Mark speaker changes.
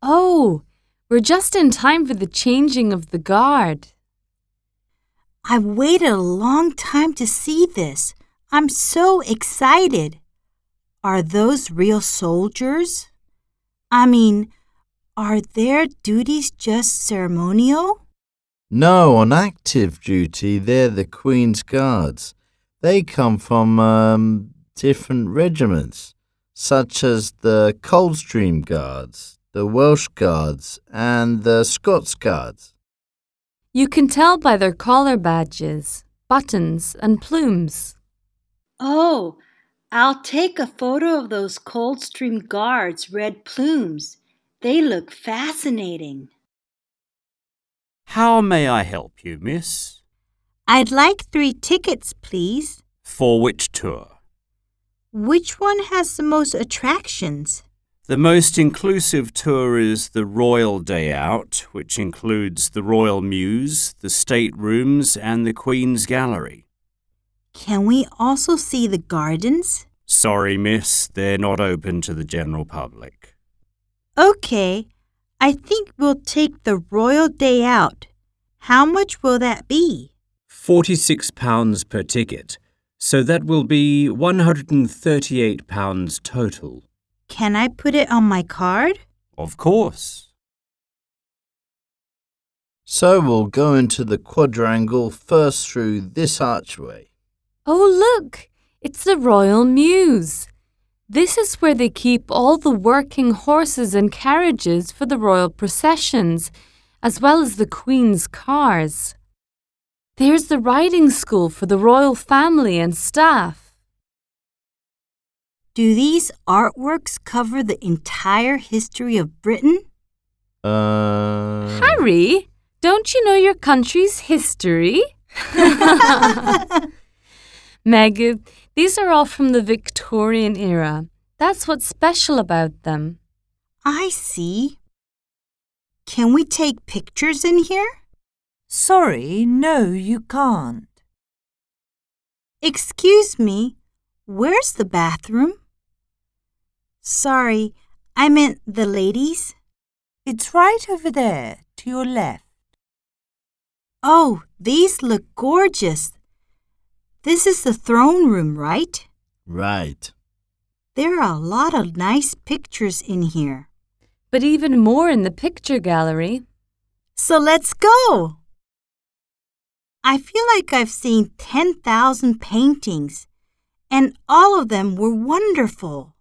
Speaker 1: Oh, we're just in time for the changing of the guard.
Speaker 2: I've waited a long time to see this. I'm so excited. Are those real soldiers? I mean, are their duties just ceremonial?
Speaker 3: No, on active duty, they're the Queen's Guards. They come from um, different regiments, such as the Coldstream Guards, the Welsh Guards, and the Scots Guards.
Speaker 1: You can tell by their collar badges, buttons, and plumes.
Speaker 4: Oh, I'll take a photo of those Coldstream guards' red plumes. They look fascinating.
Speaker 5: How may I help you, miss?
Speaker 2: I'd like three tickets, please.
Speaker 5: For which tour?
Speaker 2: Which one has the most attractions?
Speaker 5: The most inclusive tour is the Royal Day Out, which includes the Royal Mews, the State Rooms, and the Queen's Gallery.
Speaker 2: Can we also see the gardens?
Speaker 5: Sorry, miss, they're not open to the general public.
Speaker 2: Okay, I think we'll take the Royal Day Out. How much will that be?
Speaker 6: £46 per ticket, so that will be £138 total.
Speaker 2: Can I put it on my card?
Speaker 5: Of course.
Speaker 3: So we'll go into the quadrangle first through this archway.
Speaker 1: Oh, look! It's the Royal Mews. This is where they keep all the working horses and carriages for the royal processions, as well as the Queen's cars. There's the riding school for the royal family and staff.
Speaker 2: Do these artworks cover the entire history of Britain?
Speaker 3: Uh,
Speaker 1: Harry, don't you know your country's history? Meg, these are all from the Victorian era. That's what's special about them.
Speaker 2: I see. Can we take pictures in here?
Speaker 7: Sorry, no, you can't.
Speaker 2: Excuse me, where's the bathroom? Sorry, I meant the ladies.
Speaker 7: It's right over there, to your left.
Speaker 2: Oh, these look gorgeous. This is the throne room, right?
Speaker 3: right.
Speaker 2: There are a lot of nice pictures in here.
Speaker 1: But even more in the picture gallery.
Speaker 2: So let's go! I feel like I've seen 10,000 paintings, and all of them were wonderful.